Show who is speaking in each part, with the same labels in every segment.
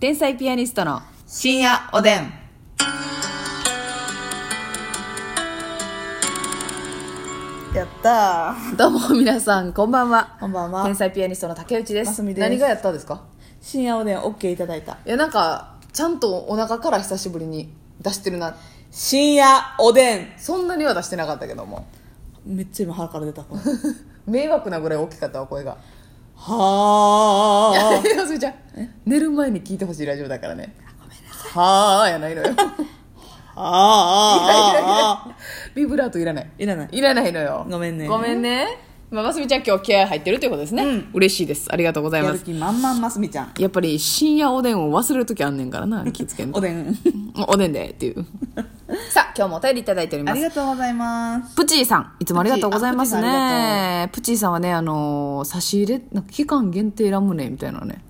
Speaker 1: 天才ピアニストの
Speaker 2: 深夜おでん。やったー。
Speaker 1: どうも皆さんこんばんは
Speaker 2: こんばん
Speaker 1: 天
Speaker 2: は。
Speaker 1: 才ピアニストの竹内です
Speaker 2: ますみです
Speaker 1: 何がやったんですか
Speaker 2: 深夜おでん OK いただいた。
Speaker 1: いやなんかちゃんとお腹から久しぶりに出してるな
Speaker 2: 深夜おでん。
Speaker 1: そんなには出してなかったけども
Speaker 2: めっちゃ今腹から出た。これ
Speaker 1: 迷惑なぐらい大きかったわ声が
Speaker 2: はー。
Speaker 1: すみちゃん寝る前に聞いてほしいラジオだからねはあやないのよ
Speaker 2: あーあーあ
Speaker 1: ビブラートいらない
Speaker 2: いらない
Speaker 1: いらないのよ
Speaker 2: ごめんね
Speaker 1: ごめんねまあ、ますみちゃん今日気合入ってるということですね、
Speaker 2: うん
Speaker 1: 嬉しいですありがとうござ
Speaker 2: ー。
Speaker 1: い
Speaker 2: や
Speaker 1: ま
Speaker 2: る
Speaker 1: す
Speaker 2: 気満々ますみちゃん。
Speaker 1: やっぱり深夜おでんを忘れる時あんねんからな気付けんと
Speaker 2: おでん。
Speaker 1: もうおでんでっていう さあ今日もお便りいただいており
Speaker 2: あ
Speaker 1: ま
Speaker 2: り
Speaker 1: す
Speaker 2: がとうございます。
Speaker 1: プチーさんいつもありがとうございます
Speaker 2: プチーあ
Speaker 1: ねプチーさんはねあのー差し入れなんか期間限定ラムネみたいなね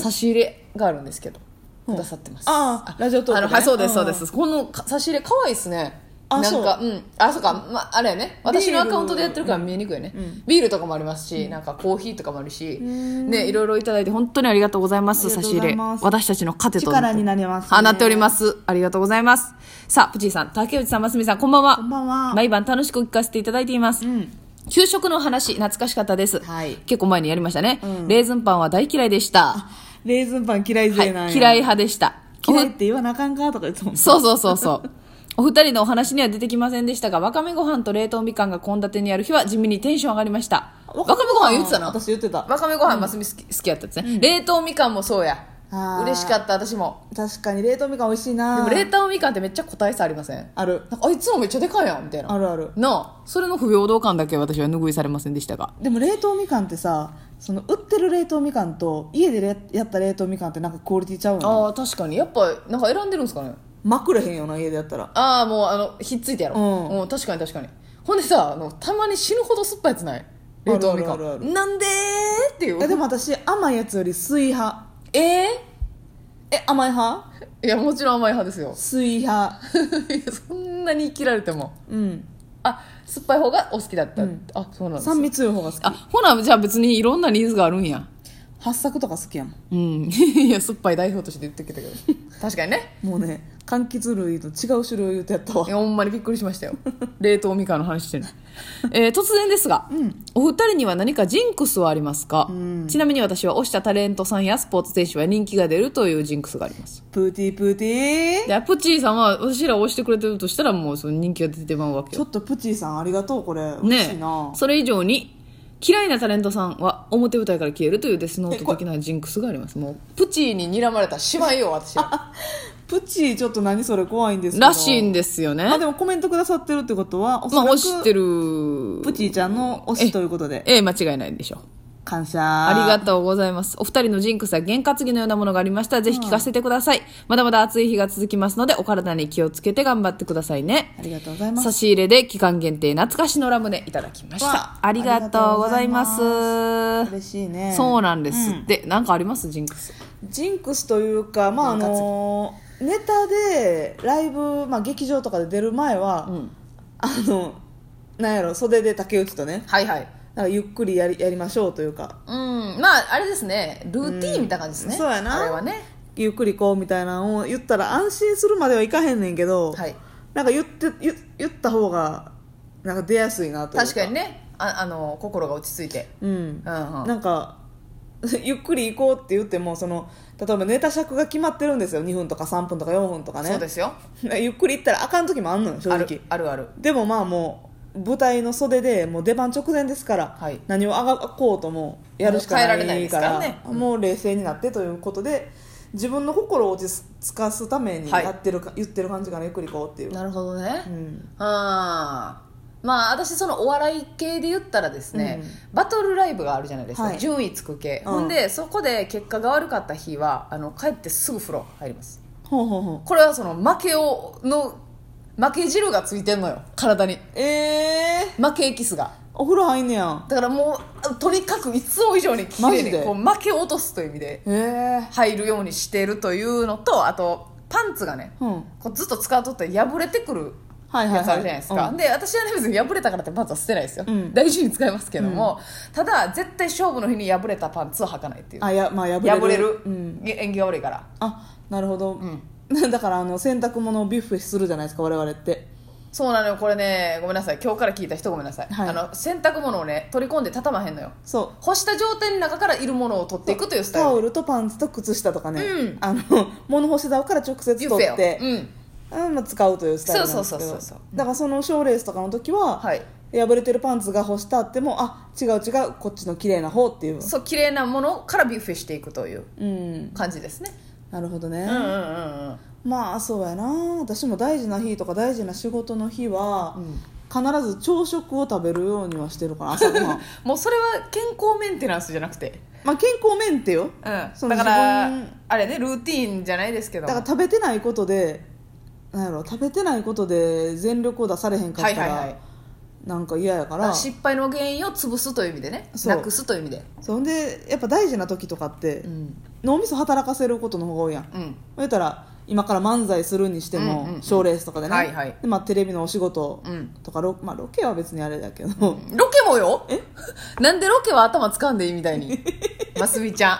Speaker 1: 差し入れがあるんですけどくださってます
Speaker 2: あーラジオトークね
Speaker 1: あのはいそうです
Speaker 2: う
Speaker 1: そうんですこのか差し入れ可愛いですね
Speaker 2: あ
Speaker 1: なんかうんあそうかまああれやね私のアカウントでやってるから見えにくいよねビールとかもありますしなんかコーヒーとかもあるしねいろいろいただいて本当にありがとうございます
Speaker 2: あ
Speaker 1: 差
Speaker 2: りがと
Speaker 1: し
Speaker 2: う
Speaker 1: 入
Speaker 2: ござ
Speaker 1: れ
Speaker 2: います
Speaker 1: 私たちの糧と
Speaker 2: 力になりますね
Speaker 1: あなっておりますありがとうございますさあプチーさん竹内さんますみさんこんばんは
Speaker 2: こんばんは
Speaker 1: 毎晩楽しく聞かせていただいています、
Speaker 2: ん
Speaker 1: 給食の話懐かしかったです、
Speaker 2: はい
Speaker 1: 結構前にやりましたね、レーズンパンは大嫌いでした、
Speaker 2: レーズンパン嫌い
Speaker 1: は
Speaker 2: 勢
Speaker 1: い
Speaker 2: なんや、、
Speaker 1: 嫌い派でした
Speaker 2: 嫌いって言わなあかんかとか言ってたもん。
Speaker 1: そうそうそうそう。お二人のお話には出てきませんでしたが、わかめご飯と冷凍みかんが献立にある日は地味にテンション上がりました。わかめご飯言ってたな。
Speaker 2: 私言ってた。
Speaker 1: わかめご飯ますみ好き,、好きやったですね、冷凍みかんもそうや。
Speaker 2: あー
Speaker 1: 嬉しかった、私も。
Speaker 2: 確かに冷凍みかん美味しい
Speaker 1: で
Speaker 2: な
Speaker 1: も冷凍みかんってめっちゃ個体差ありませんなん
Speaker 2: ある。
Speaker 1: かあいつもめっちゃでかいやんみたいな。
Speaker 2: あるある。
Speaker 1: なあ、それの不平等感だけ私は拭いされませんでしたが。
Speaker 2: でも冷凍みかんってさその売ってる冷凍みかんと家でれやった冷凍みかんってなんかクオリティちゃうの
Speaker 1: ああ、確かに。やっぱ、なんか選んでるんですかね。
Speaker 2: まくれへんよな家でやったら
Speaker 1: ああ、もう、あの、ひっついてやろ。
Speaker 2: う
Speaker 1: うん、確かに確かに。ほんでさ、あの、たまに死ぬほど酸っぱいやつない冷凍みか
Speaker 2: あるあるあ
Speaker 1: ん。なんでーってい
Speaker 2: えで
Speaker 1: う。
Speaker 2: も私甘いやつより水派
Speaker 1: え
Speaker 2: え甘い派。
Speaker 1: ーいや、もちろん甘い派ですよ
Speaker 2: 水派
Speaker 1: いやそんなに生きられても。
Speaker 2: うん
Speaker 1: あ、酸っぱい方がお好きだった。
Speaker 2: うん
Speaker 1: あ、そうなんです
Speaker 2: 酸味強い方が好き
Speaker 1: あ、ほな、じゃあ別にいろんなニーズがあるんや。
Speaker 2: 発作とか好きやもん
Speaker 1: うん。 いや、酸っぱい代表として言ってきた けど。確かにね。
Speaker 2: もうね柑橘類と違う種類を言うてやったわ
Speaker 1: いやほんまにびっくりしましたよ 冷凍みかんの話してる、 えー突然ですが、お二人には何かジンクスはありますか、ちなみに私は推したタレントさんやスポーツ選手は人気が出るというジンクスがあります
Speaker 2: プーティープーティー
Speaker 1: でプチーさんは私らを推してくれてるとしたらもうその人気が出てまうわけ
Speaker 2: ちょ
Speaker 1: よ
Speaker 2: っとプチーさんありがとうこれ嬉しい
Speaker 1: ね
Speaker 2: な、
Speaker 1: それ以上に嫌いなタレントさんは表舞台から消えるというデスノー
Speaker 2: え
Speaker 1: ト
Speaker 2: これ
Speaker 1: 的なジンクスがありますもうプチーに睨まれたしまいよ私
Speaker 2: プチーちょっと何それ怖いんですけど
Speaker 1: らしいんですよね
Speaker 2: あでもコメントくださってるってことはおそ
Speaker 1: まあ
Speaker 2: らく
Speaker 1: 推してる
Speaker 2: プチーちゃんの推しということで
Speaker 1: ええ間違いないでしょう
Speaker 2: 感謝
Speaker 1: ありが
Speaker 2: と
Speaker 1: とうございます。お二人のジンクスや験担ぎのようなものがありましたら、ぜひ聞かせてください。まだまだ暑い日が続きますので、お体に気をつけて頑張ってくださいね。
Speaker 2: ありがとうございます
Speaker 1: 差し入れで期間限定懐かしのラムネいただきまし
Speaker 2: わ
Speaker 1: た。ありがとうございま
Speaker 2: ありがと
Speaker 1: す。
Speaker 2: 嬉しいね
Speaker 1: そうなんですって、なんかありますジンクス。
Speaker 2: ジンクスというかまああ
Speaker 1: なんかつ
Speaker 2: のネタでライブ、まあ、劇場とかで出る前は、
Speaker 1: ん
Speaker 2: あのなんやろ袖で竹内とね
Speaker 1: はいはい。
Speaker 2: なんかゆっくりやりやりましょうというか
Speaker 1: うん、まあ、あれですね、ルーティーンみたいな感じですね。
Speaker 2: うんそうやな
Speaker 1: あれはね。
Speaker 2: ゆっくりこうみたいなのを言ったら安心するまではいかへんねんけど、
Speaker 1: はい
Speaker 2: なんか言って言言った方がなんか出やすいなというか
Speaker 1: 確かにね、ああの、心が落ち着いて。
Speaker 2: うん
Speaker 1: うんうん。
Speaker 2: なんか ゆっくり行こうって言ってもその例えばネタ尺が決まってるんですよ2分とか3分とか4分とかね
Speaker 1: そうですよ。
Speaker 2: ゆっくり行ったらあかん時もあんのよ正
Speaker 1: ある
Speaker 2: 直
Speaker 1: あるある。
Speaker 2: でもまあもう舞台の袖でもう出番直前ですから、
Speaker 1: はい
Speaker 2: 何をあがこうともやるしかない
Speaker 1: も
Speaker 2: か
Speaker 1: う変えられないですかららねうん
Speaker 2: もう冷静になってということで自分の心を落ち着かすために
Speaker 1: はい
Speaker 2: やってるか、言ってる感じかなゆっくり行こうっていう、
Speaker 1: なるほどね。
Speaker 2: うん、
Speaker 1: あーまあ私そのお笑い系で言ったらですね、
Speaker 2: うん
Speaker 1: バトルライブがあるじゃないですか、
Speaker 2: はい
Speaker 1: 順位つく系、
Speaker 2: うん
Speaker 1: ほんでそこで結果が悪かった日はあの帰ってすぐ風呂入ります
Speaker 2: ほうほうほ
Speaker 1: これはその負けをの負け汁がついてんのよ体に
Speaker 2: うえー、
Speaker 1: 負けエキスが
Speaker 2: お風呂入んねや
Speaker 1: だからもうとにかくいつも以上に綺
Speaker 2: マ
Speaker 1: 麗
Speaker 2: ジ
Speaker 1: に
Speaker 2: で
Speaker 1: こう負けを落とすという意味で
Speaker 2: ええ
Speaker 1: 入るようにしてるというのとあとパンツがね
Speaker 2: ー、うん
Speaker 1: こうずっと使うとって破れてくる
Speaker 2: はいはいはい
Speaker 1: やつあるじゃないですか、
Speaker 2: うん
Speaker 1: で私はね別に破れたからってパンツは捨てないですよ、
Speaker 2: うん
Speaker 1: 大事に使いますけども、ただ絶対勝負の日に破れたパンツは履かないっていう
Speaker 2: あやまあ破れる
Speaker 1: 破れる、
Speaker 2: うん、
Speaker 1: げ縁起が悪いから
Speaker 2: あなるほど、
Speaker 1: ん
Speaker 2: だからあの洗濯物をビュッフェするじゃないですか我々って
Speaker 1: そうなのよこれねごめんなさい今日から聞いた人ごめんなさい、
Speaker 2: はい
Speaker 1: あの洗濯物をね取り込んで畳まへんのよ
Speaker 2: そう
Speaker 1: 干した状態の中からいるものを取っていくというスタ
Speaker 2: タ
Speaker 1: イ
Speaker 2: オ
Speaker 1: ル
Speaker 2: ルとパンツと靴下とかね、
Speaker 1: うん
Speaker 2: あの物干し竿から直接取
Speaker 1: ビュ
Speaker 2: っ
Speaker 1: ッフェ
Speaker 2: て
Speaker 1: を、うん、
Speaker 2: うんまあ、使うというスタイルなんですけど
Speaker 1: そうそうそうそう
Speaker 2: だからその賞レースとかの時は、
Speaker 1: はい
Speaker 2: 破れてるパンツが干したってもあ違う違うこっちの綺麗な方っていう
Speaker 1: そう綺麗なものからビュッフェしていくという
Speaker 2: うん
Speaker 1: 感じですね、
Speaker 2: なるほど
Speaker 1: うんうんう
Speaker 2: ね、
Speaker 1: んうん
Speaker 2: まあそうやな私も大事な日とか大事な仕事の日は、必ず朝食を食べるようにはしてるから朝ごはん
Speaker 1: もうそれは健康メンテナンスじゃなくて、
Speaker 2: まあ健康面ってよ
Speaker 1: うん、
Speaker 2: そ
Speaker 1: だ
Speaker 2: の
Speaker 1: から
Speaker 2: 自分
Speaker 1: あれねルーティーンじゃないですけど
Speaker 2: だから食べてないことでなんやろ食べてないことで全力を出されへんかったら、
Speaker 1: はいはいはい
Speaker 2: なんか嫌やか
Speaker 1: だからら失敗の原因を潰すという意味でね
Speaker 2: そう
Speaker 1: なくすという意味で
Speaker 2: そんでやっぱ大事な時とかって、
Speaker 1: うん
Speaker 2: 脳みそ働かせることの方が多いやん
Speaker 1: うん
Speaker 2: 言ったら今から漫才するにして
Speaker 1: うんうんう
Speaker 2: も
Speaker 1: ん
Speaker 2: 賞、レースとかでね、
Speaker 1: はいはい
Speaker 2: でまあ、テレビのお仕事
Speaker 1: うん
Speaker 2: とか、ロまあ、ロケは別にあれだけど、
Speaker 1: ロケもよ なんでロケは頭掴んでいいみたい にますみちゃん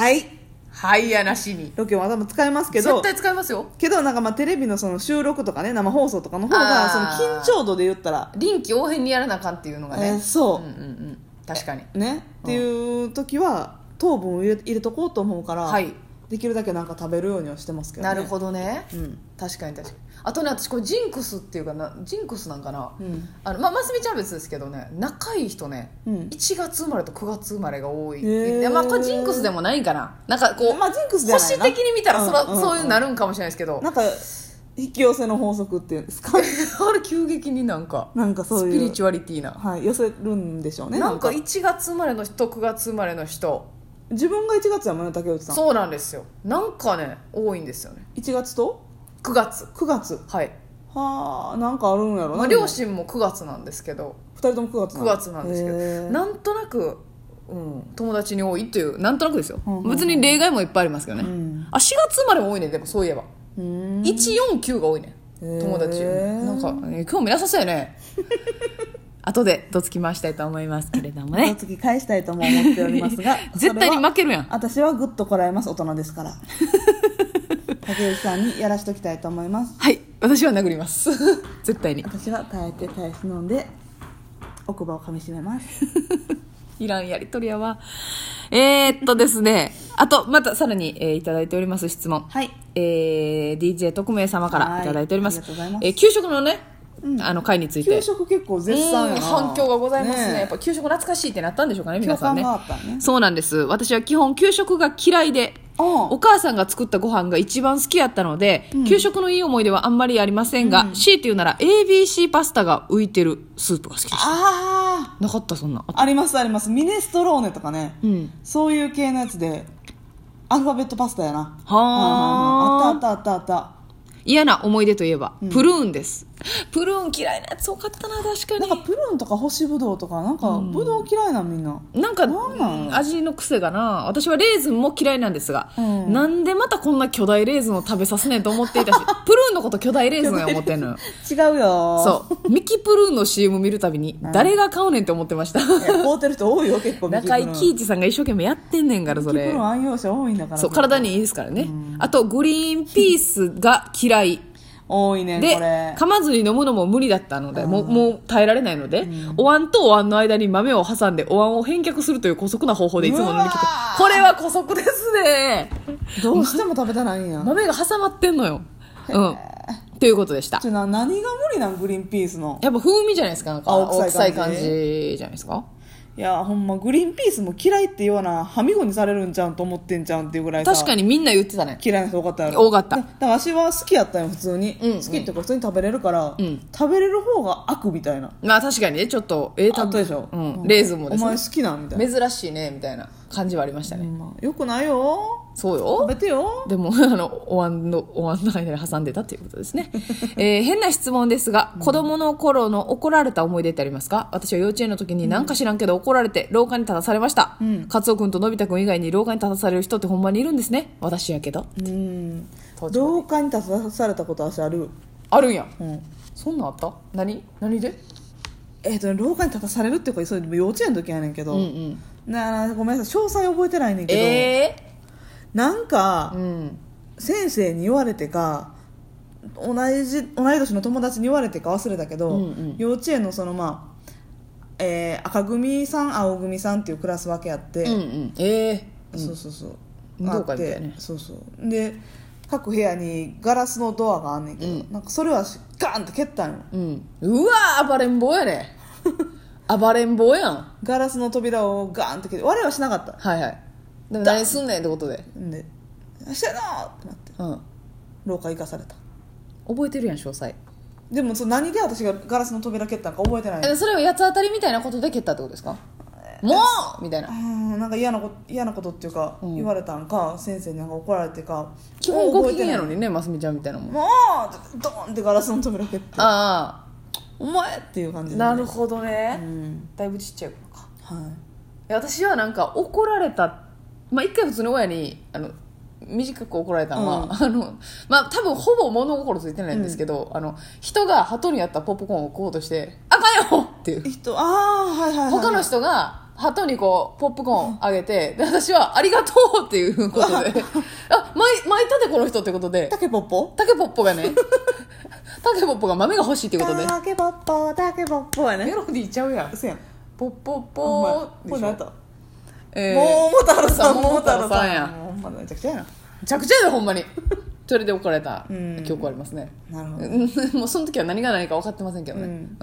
Speaker 2: はい
Speaker 1: はいやなしに
Speaker 2: ロケも頭使いますけど
Speaker 1: 絶対使いますよ
Speaker 2: けどなんかまあテレビのその収録とかね生放送とかの方がその
Speaker 1: あー
Speaker 2: 緊張度で言ったら、
Speaker 1: 臨機応変にやらなあかんっていうのがね、
Speaker 2: えーそう、
Speaker 1: うんうんうん確かに
Speaker 2: ね、っていう時は糖分を入れ入れとこうと思うから、
Speaker 1: はい
Speaker 2: できるだけなんか食べるようにはしてますけど、ね、
Speaker 1: なるほどね、
Speaker 2: うん
Speaker 1: 確かに確かにあとね私これジンクスっていうかなジンクスなんかな、
Speaker 2: うん
Speaker 1: あのまあますみちゃんは別ですけどね仲いい人ね、
Speaker 2: うん
Speaker 1: 1月生まれと9月生まれが多い、
Speaker 2: へー
Speaker 1: でまあこれジンクスでもないんかななんかこう、
Speaker 2: まあジンクスじゃない
Speaker 1: 星
Speaker 2: な
Speaker 1: 的に見たらそら、
Speaker 2: うんうんうん
Speaker 1: そういうなるんかもしれないですけど
Speaker 2: なんか引き寄せの法則っていうんですか
Speaker 1: あれ急激になんか
Speaker 2: なんかそういう
Speaker 1: スピリチュアリティな、
Speaker 2: はい寄せるんでしょうね
Speaker 1: なんか1月生まれの人9月生まれの人
Speaker 2: 自分が1月やもんね竹内さん
Speaker 1: そうなんですよなんかね多いんですよね
Speaker 2: 1月と
Speaker 1: 9月
Speaker 2: 9月
Speaker 1: はい、
Speaker 2: はあなんかあるんやろ
Speaker 1: ま
Speaker 2: な
Speaker 1: あ、両親も9月なんですけど
Speaker 2: 2人とも9月
Speaker 1: 9月なんですけど
Speaker 2: ど
Speaker 1: なんとなく、うん、友達に多いというなんとなくですよ、
Speaker 2: うんうんうん
Speaker 1: 別に例外もいっぱいありますけどね、
Speaker 2: うん
Speaker 1: あ4月生まれも多いねでもそういえば、149が多いね友達より
Speaker 2: へー
Speaker 1: なんか、えー興味なさそうや ね後でどつき回したいと思いますけれども
Speaker 2: ね
Speaker 1: ね
Speaker 2: 次返したいとも思っておりま すが
Speaker 1: 絶対に負けるやん
Speaker 2: 私はグッとこらえます大人で すから竹内さんにやらしときたいと思います
Speaker 1: はい私は殴ります 絶対に
Speaker 2: 私は耐えて耐え忍んで奥歯を噛みしめます
Speaker 1: いらんやりとりやわえー、っとですねあとまたさらに、えーいただいております質問
Speaker 2: はい
Speaker 1: えー、DJ 特命様からいただいております
Speaker 2: はいありがとうございます
Speaker 1: えー給食のね、あの会について
Speaker 2: 給食結構絶賛や
Speaker 1: うん
Speaker 2: な
Speaker 1: 反響がございますね
Speaker 2: ねえ
Speaker 1: やっぱ給食懐かしいってなったんでしょうかね皆さんね
Speaker 2: 共感があったね
Speaker 1: そうなんです私は基本給食が嫌いで
Speaker 2: うん
Speaker 1: お母さんが作ったご飯が一番好きやったので、給食のいい思い出はあんまりありませんが、強いて言うなら ABC パスタが浮いてるスープが好きでした
Speaker 2: あ
Speaker 1: なかったそんなあ
Speaker 2: あありますありますミネストローネとかね、
Speaker 1: うん
Speaker 2: そういう系のやつでアルファベットパスタやな
Speaker 1: はあ
Speaker 2: うんうんうんあったあったあったあっ
Speaker 1: 嫌な思い出といえば、プルーンですプルーン嫌いなやつ多かったな確か
Speaker 2: た
Speaker 1: に
Speaker 2: なんかプルーンとか干しぶどうとかなんかぶどう嫌いなみんな
Speaker 1: なんか
Speaker 2: なんなん
Speaker 1: うん味の癖がな私はレーズンも嫌いなんですが、
Speaker 2: うん
Speaker 1: なんでまたこんな巨大レーズンを食べさせねえと思っていた しプルーンのこと巨大レーズンや思ってんのよ
Speaker 2: 違うよ
Speaker 1: そうミキプルーンの CM 見るたびに誰が買うねんって思って ました
Speaker 2: いや凍ってる人多いよ結構
Speaker 1: 中井貴
Speaker 2: ミキ
Speaker 1: 一さんが一生懸命やってんねんからそ
Speaker 2: プルーンミキ
Speaker 1: れ
Speaker 2: プルーン愛用者多いんだから
Speaker 1: そう体にいいですからねあとグリーンピースが嫌い
Speaker 2: 多いね
Speaker 1: で
Speaker 2: これ
Speaker 1: 噛まずに飲むのも無理だったのでもうもう耐えられないので、お椀とお椀の間に豆を挟んでお椀を返却するという姑息な方法でいつも乗り切って
Speaker 2: うわー
Speaker 1: これは姑息ですね
Speaker 2: どうしても食べたないんや
Speaker 1: 豆が挟まってんのようんということでした
Speaker 2: ちょな何が無理なんグリーンピースの
Speaker 1: やっぱ風味じゃないですかなんか
Speaker 2: 青
Speaker 1: 青
Speaker 2: 臭
Speaker 1: 臭
Speaker 2: い
Speaker 1: い
Speaker 2: 感
Speaker 1: 感
Speaker 2: じ
Speaker 1: じじゃないですか
Speaker 2: いやほんまグリーンピースも嫌いっていうようなはみごにされるんちゃうんと思ってんちゃうんっていうぐらいさ
Speaker 1: 確かにみんな言ってたね
Speaker 2: 嫌いな人多かったやろ
Speaker 1: 多かった
Speaker 2: だから私は好きやったんよ普通に、
Speaker 1: うんうん
Speaker 2: 好きっていうか普通に食べれるから、
Speaker 1: うん
Speaker 2: 食べれる方が悪みたいな
Speaker 1: まあ確かにねちょっとええ
Speaker 2: あったでしょ、
Speaker 1: うん、レーズンもで
Speaker 2: お
Speaker 1: す
Speaker 2: 前
Speaker 1: ね
Speaker 2: 好きなんみたいな、
Speaker 1: 珍しいねみたいな感じはありましたね、
Speaker 2: ほんまよくないよ
Speaker 1: そうよ
Speaker 2: 食べてよ
Speaker 1: でも、 あの、お椀の、お椀の間に挟んでたということですね。えー変な質問ですが、子供の頃の怒られた思い出ってありますか私は幼稚園の時になんか知らんけど怒られて廊下に立たされました。カツオ君とのび太君以外に廊下に立たされる人ってほんまにいるんですね。私やけど。
Speaker 2: うん
Speaker 1: 当時
Speaker 2: 廊下に立たされたことは私ある
Speaker 1: ああるんや
Speaker 2: うん
Speaker 1: そんなんあった何何で
Speaker 2: えっ、と廊下に立たされるっていうかそれ幼稚園の時やねんけ
Speaker 1: う
Speaker 2: ど、
Speaker 1: んうん
Speaker 2: なごめんなさい詳細覚えてないねんけど、
Speaker 1: え
Speaker 2: なんか、
Speaker 1: ー、うん
Speaker 2: 先生に言われてか同じ同い年の友達に言われてか忘れたけど、
Speaker 1: うんうん
Speaker 2: 幼稚園のそのまあ、えー赤組さん青組さんっていうクラス分けあって、
Speaker 1: うんうんええ
Speaker 2: そうそうそう
Speaker 1: 運動会みたい
Speaker 2: あっ
Speaker 1: ね
Speaker 2: てそうそうで各部屋にガラスのドアがあんねんけど、
Speaker 1: うん
Speaker 2: なんかそれはしガーンって蹴ったんよ
Speaker 1: うん、うわ暴れん坊や ね暴れん坊やん
Speaker 2: ガラスの扉をガーンって蹴って我はしなかった
Speaker 1: はいはいでも何すんねんってことで
Speaker 2: んで「してんの!」ってなって
Speaker 1: うん
Speaker 2: 廊下行かされた
Speaker 1: 覚えてるやん詳細
Speaker 2: でもそう何で私がガラスの扉蹴ったんか覚えてない
Speaker 1: えそれは八つ当たりみたいなことで蹴ったってことですかもうみたいな
Speaker 2: うんなんか嫌なこと嫌なことっていうか、
Speaker 1: うん
Speaker 2: 言われたんか先生になんか怒られてか
Speaker 1: 基本ご機嫌や
Speaker 2: も
Speaker 1: のにねますみちゃんみたいなも
Speaker 2: うんもうドーンってガラスの扉開けて
Speaker 1: あ
Speaker 2: お前っていう感じ
Speaker 1: あ
Speaker 2: で
Speaker 1: なるほど
Speaker 2: う
Speaker 1: ね、
Speaker 2: ん
Speaker 1: だいぶちっちゃい頃か
Speaker 2: はい
Speaker 1: や私はなんか怒られたまあ一回普通に親にあの短く怒られたのは、
Speaker 2: うん
Speaker 1: あのまあ多分ほぼ物心ついてないんですけど、あの人が鳩にやったポップコーンを食おうとして「あかんよ!」っていう
Speaker 2: い人ああはいはい、はい、
Speaker 1: 他の人が鳩にこうポップコーンあげてで私は「ありがとう!」っていうこと で「あ巻い巻いたでこの人」ってことで
Speaker 2: タケポッポ
Speaker 1: タケポッポがね タケポッポが豆が欲しいってことで
Speaker 2: タケポッポタケポッポや
Speaker 1: メ
Speaker 2: ね
Speaker 1: ロディーちゃうやん
Speaker 2: そうやん
Speaker 1: ポッポッ
Speaker 2: お前
Speaker 1: ポー
Speaker 2: これ何やった
Speaker 1: えー
Speaker 2: 桃太郎さん
Speaker 1: 桃
Speaker 2: 桃
Speaker 1: 太
Speaker 2: 太
Speaker 1: 郎
Speaker 2: 郎
Speaker 1: さ
Speaker 2: さ
Speaker 1: ん
Speaker 2: ん
Speaker 1: や
Speaker 2: もうほんまめちゃくちゃやな
Speaker 1: めちゃくちゃやでほんまにそれで怒られた
Speaker 2: うん
Speaker 1: 記憶ありますね
Speaker 2: なるほど
Speaker 1: うん もうその時は何が何か分かってませんけどねうん、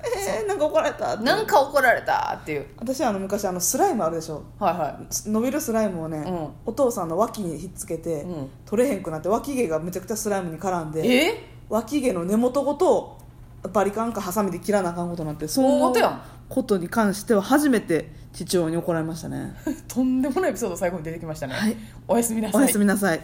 Speaker 2: えー、なんか怒られたって
Speaker 1: なんか怒られたっていう
Speaker 2: 私はあの昔あのスライムあるでしょ
Speaker 1: はいは
Speaker 2: 伸びるスライムをね、
Speaker 1: うん
Speaker 2: お父さんの脇にひっつけて、
Speaker 1: うん
Speaker 2: 取れへんくなって脇毛がめちゃくちゃスライムに絡ん
Speaker 1: い
Speaker 2: で
Speaker 1: え
Speaker 2: 脇毛の根元ごとバリカンかハサミで切らなあかんことになってそ
Speaker 1: 大
Speaker 2: の
Speaker 1: 元やん
Speaker 2: ことに関しては初めて父親に怒られましたね
Speaker 1: とんでもないエピソード最後に出てきましたね、
Speaker 2: はい
Speaker 1: おやすみなさ
Speaker 2: お
Speaker 1: い
Speaker 2: やすみなさい